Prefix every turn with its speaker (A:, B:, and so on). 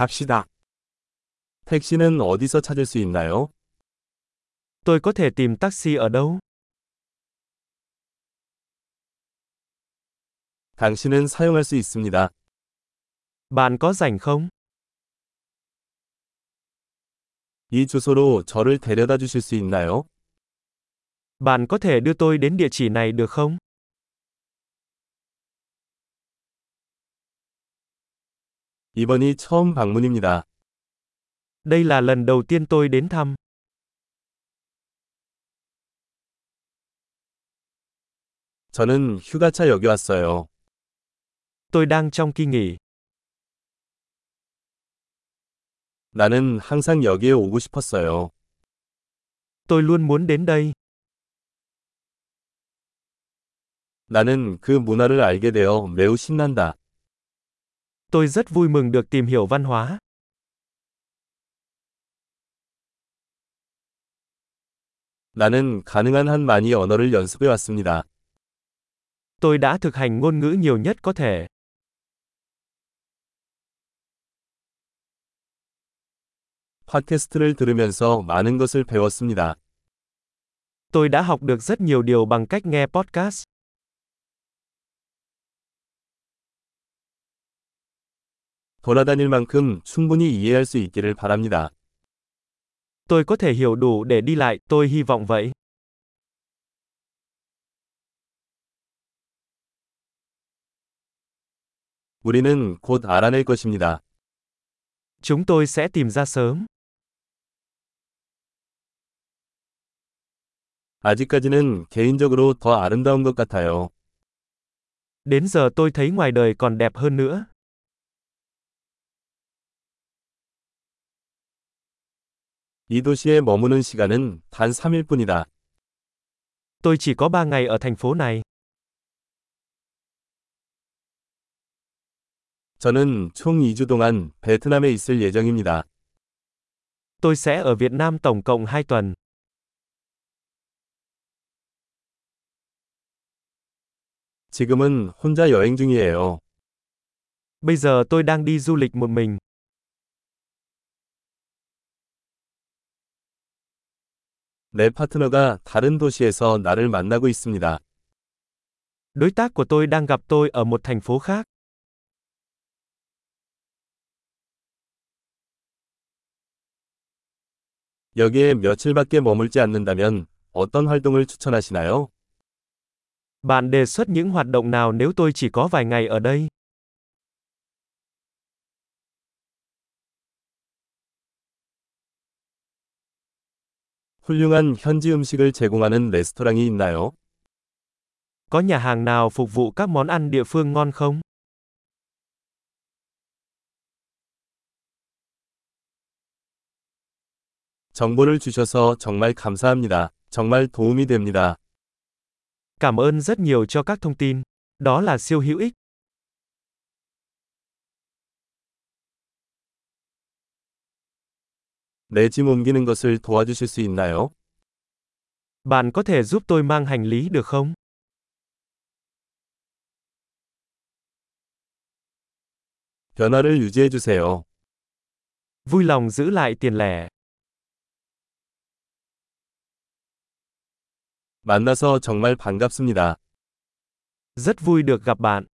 A: 갑시다. 택시는 어디서 찾을 수 있나요?
B: Tôi có thể tìm taxi ở đâu?
A: 당신은 사용할 수 있습니다.
B: Bạn có rảnh không?
A: 이 주소로 저를 데려다 주실 수 있나요?
B: Bạn có thể đưa tôi đến địa chỉ này được không?
A: 이번이 처음 방문입니다.
B: Đây là lần đầu tiên tôi đến thăm.
A: 저는 휴가차 여기 왔어요.
B: Tôi đang trong kỳ nghỉ.
A: 나는 항상 여기에 오고 싶었어요.
B: Tôi luôn muốn đến đây.
A: 나는 그 문화를 알게 되어 매우 신난다.
B: Tôi rất vui mừng được tìm hiểu văn hóa.
A: 나는 가능한 한 많이 언어를 연습해 왔습니다.
B: Tôi đã thực hành ngôn ngữ nhiều nhất có thể.
A: 팟캐스트를 들으면서 많은 것을 배웠습니다.
B: Tôi đã học được rất nhiều điều bằng cách nghe podcast.
A: 돌아다닐 만큼 충분히 이해할 수 있기를 바랍니다.
B: Tôi có thể hiểu đủ để đi lại, tôi hy vọng vậy.
A: 우리는 곧 알아낼 것입니다.
B: Chúng tôi sẽ tìm ra sớm.
A: 아직까지는 개인적으로 더 아름다운 것 같아요.
B: Đến giờ tôi thấy ngoài đời còn đẹp hơn nữa.
A: 이 도시에 머무는 시간은 단 3일 뿐이다.
B: Tôi chỉ có 3 ngày ở thành phố này.
A: 저는 총 2주 동안 베트남에 있을 예정입니다.
B: Tôi sẽ ở Việt Nam tổng cộng 2 tuần.
A: 지금은 혼자 여행 중이에요.
B: Bây giờ tôi đang đi du lịch một mình.
A: 내 파트너가 다른 도시에서 나를 만나고 있습니다.
B: Đối tác của tôi đang gặp tôi ở một thành phố khác.
A: 여기에 며칠밖에 머물지 않는다면 어떤 활동을 추천하시나요?
B: Bạn đề xuất những hoạt động nào nếu tôi chỉ có vài ngày ở đây?
A: 훌륭한 현지 음식을 제공하는 레스토랑이 있나요?
B: Có nhà hàng nào phục vụ các món ăn địa phương ngon không?
A: 정보를 주셔서 정말 감사합니다. 정말 도움이 됩니다.
B: Cảm ơn rất nhiều cho các thông tin. Đó là siêu hữu ích.
A: 내 짐 옮기는 것을 도와주실 수 있나요?
B: Bạn có thể giúp tôi mang hành lý được không?
A: 변화를 유지해 주세요.
B: Vui lòng giữ lại tiền lẻ.
A: 만나서 정말 반갑습니다.
B: Rất vui được gặp bạn.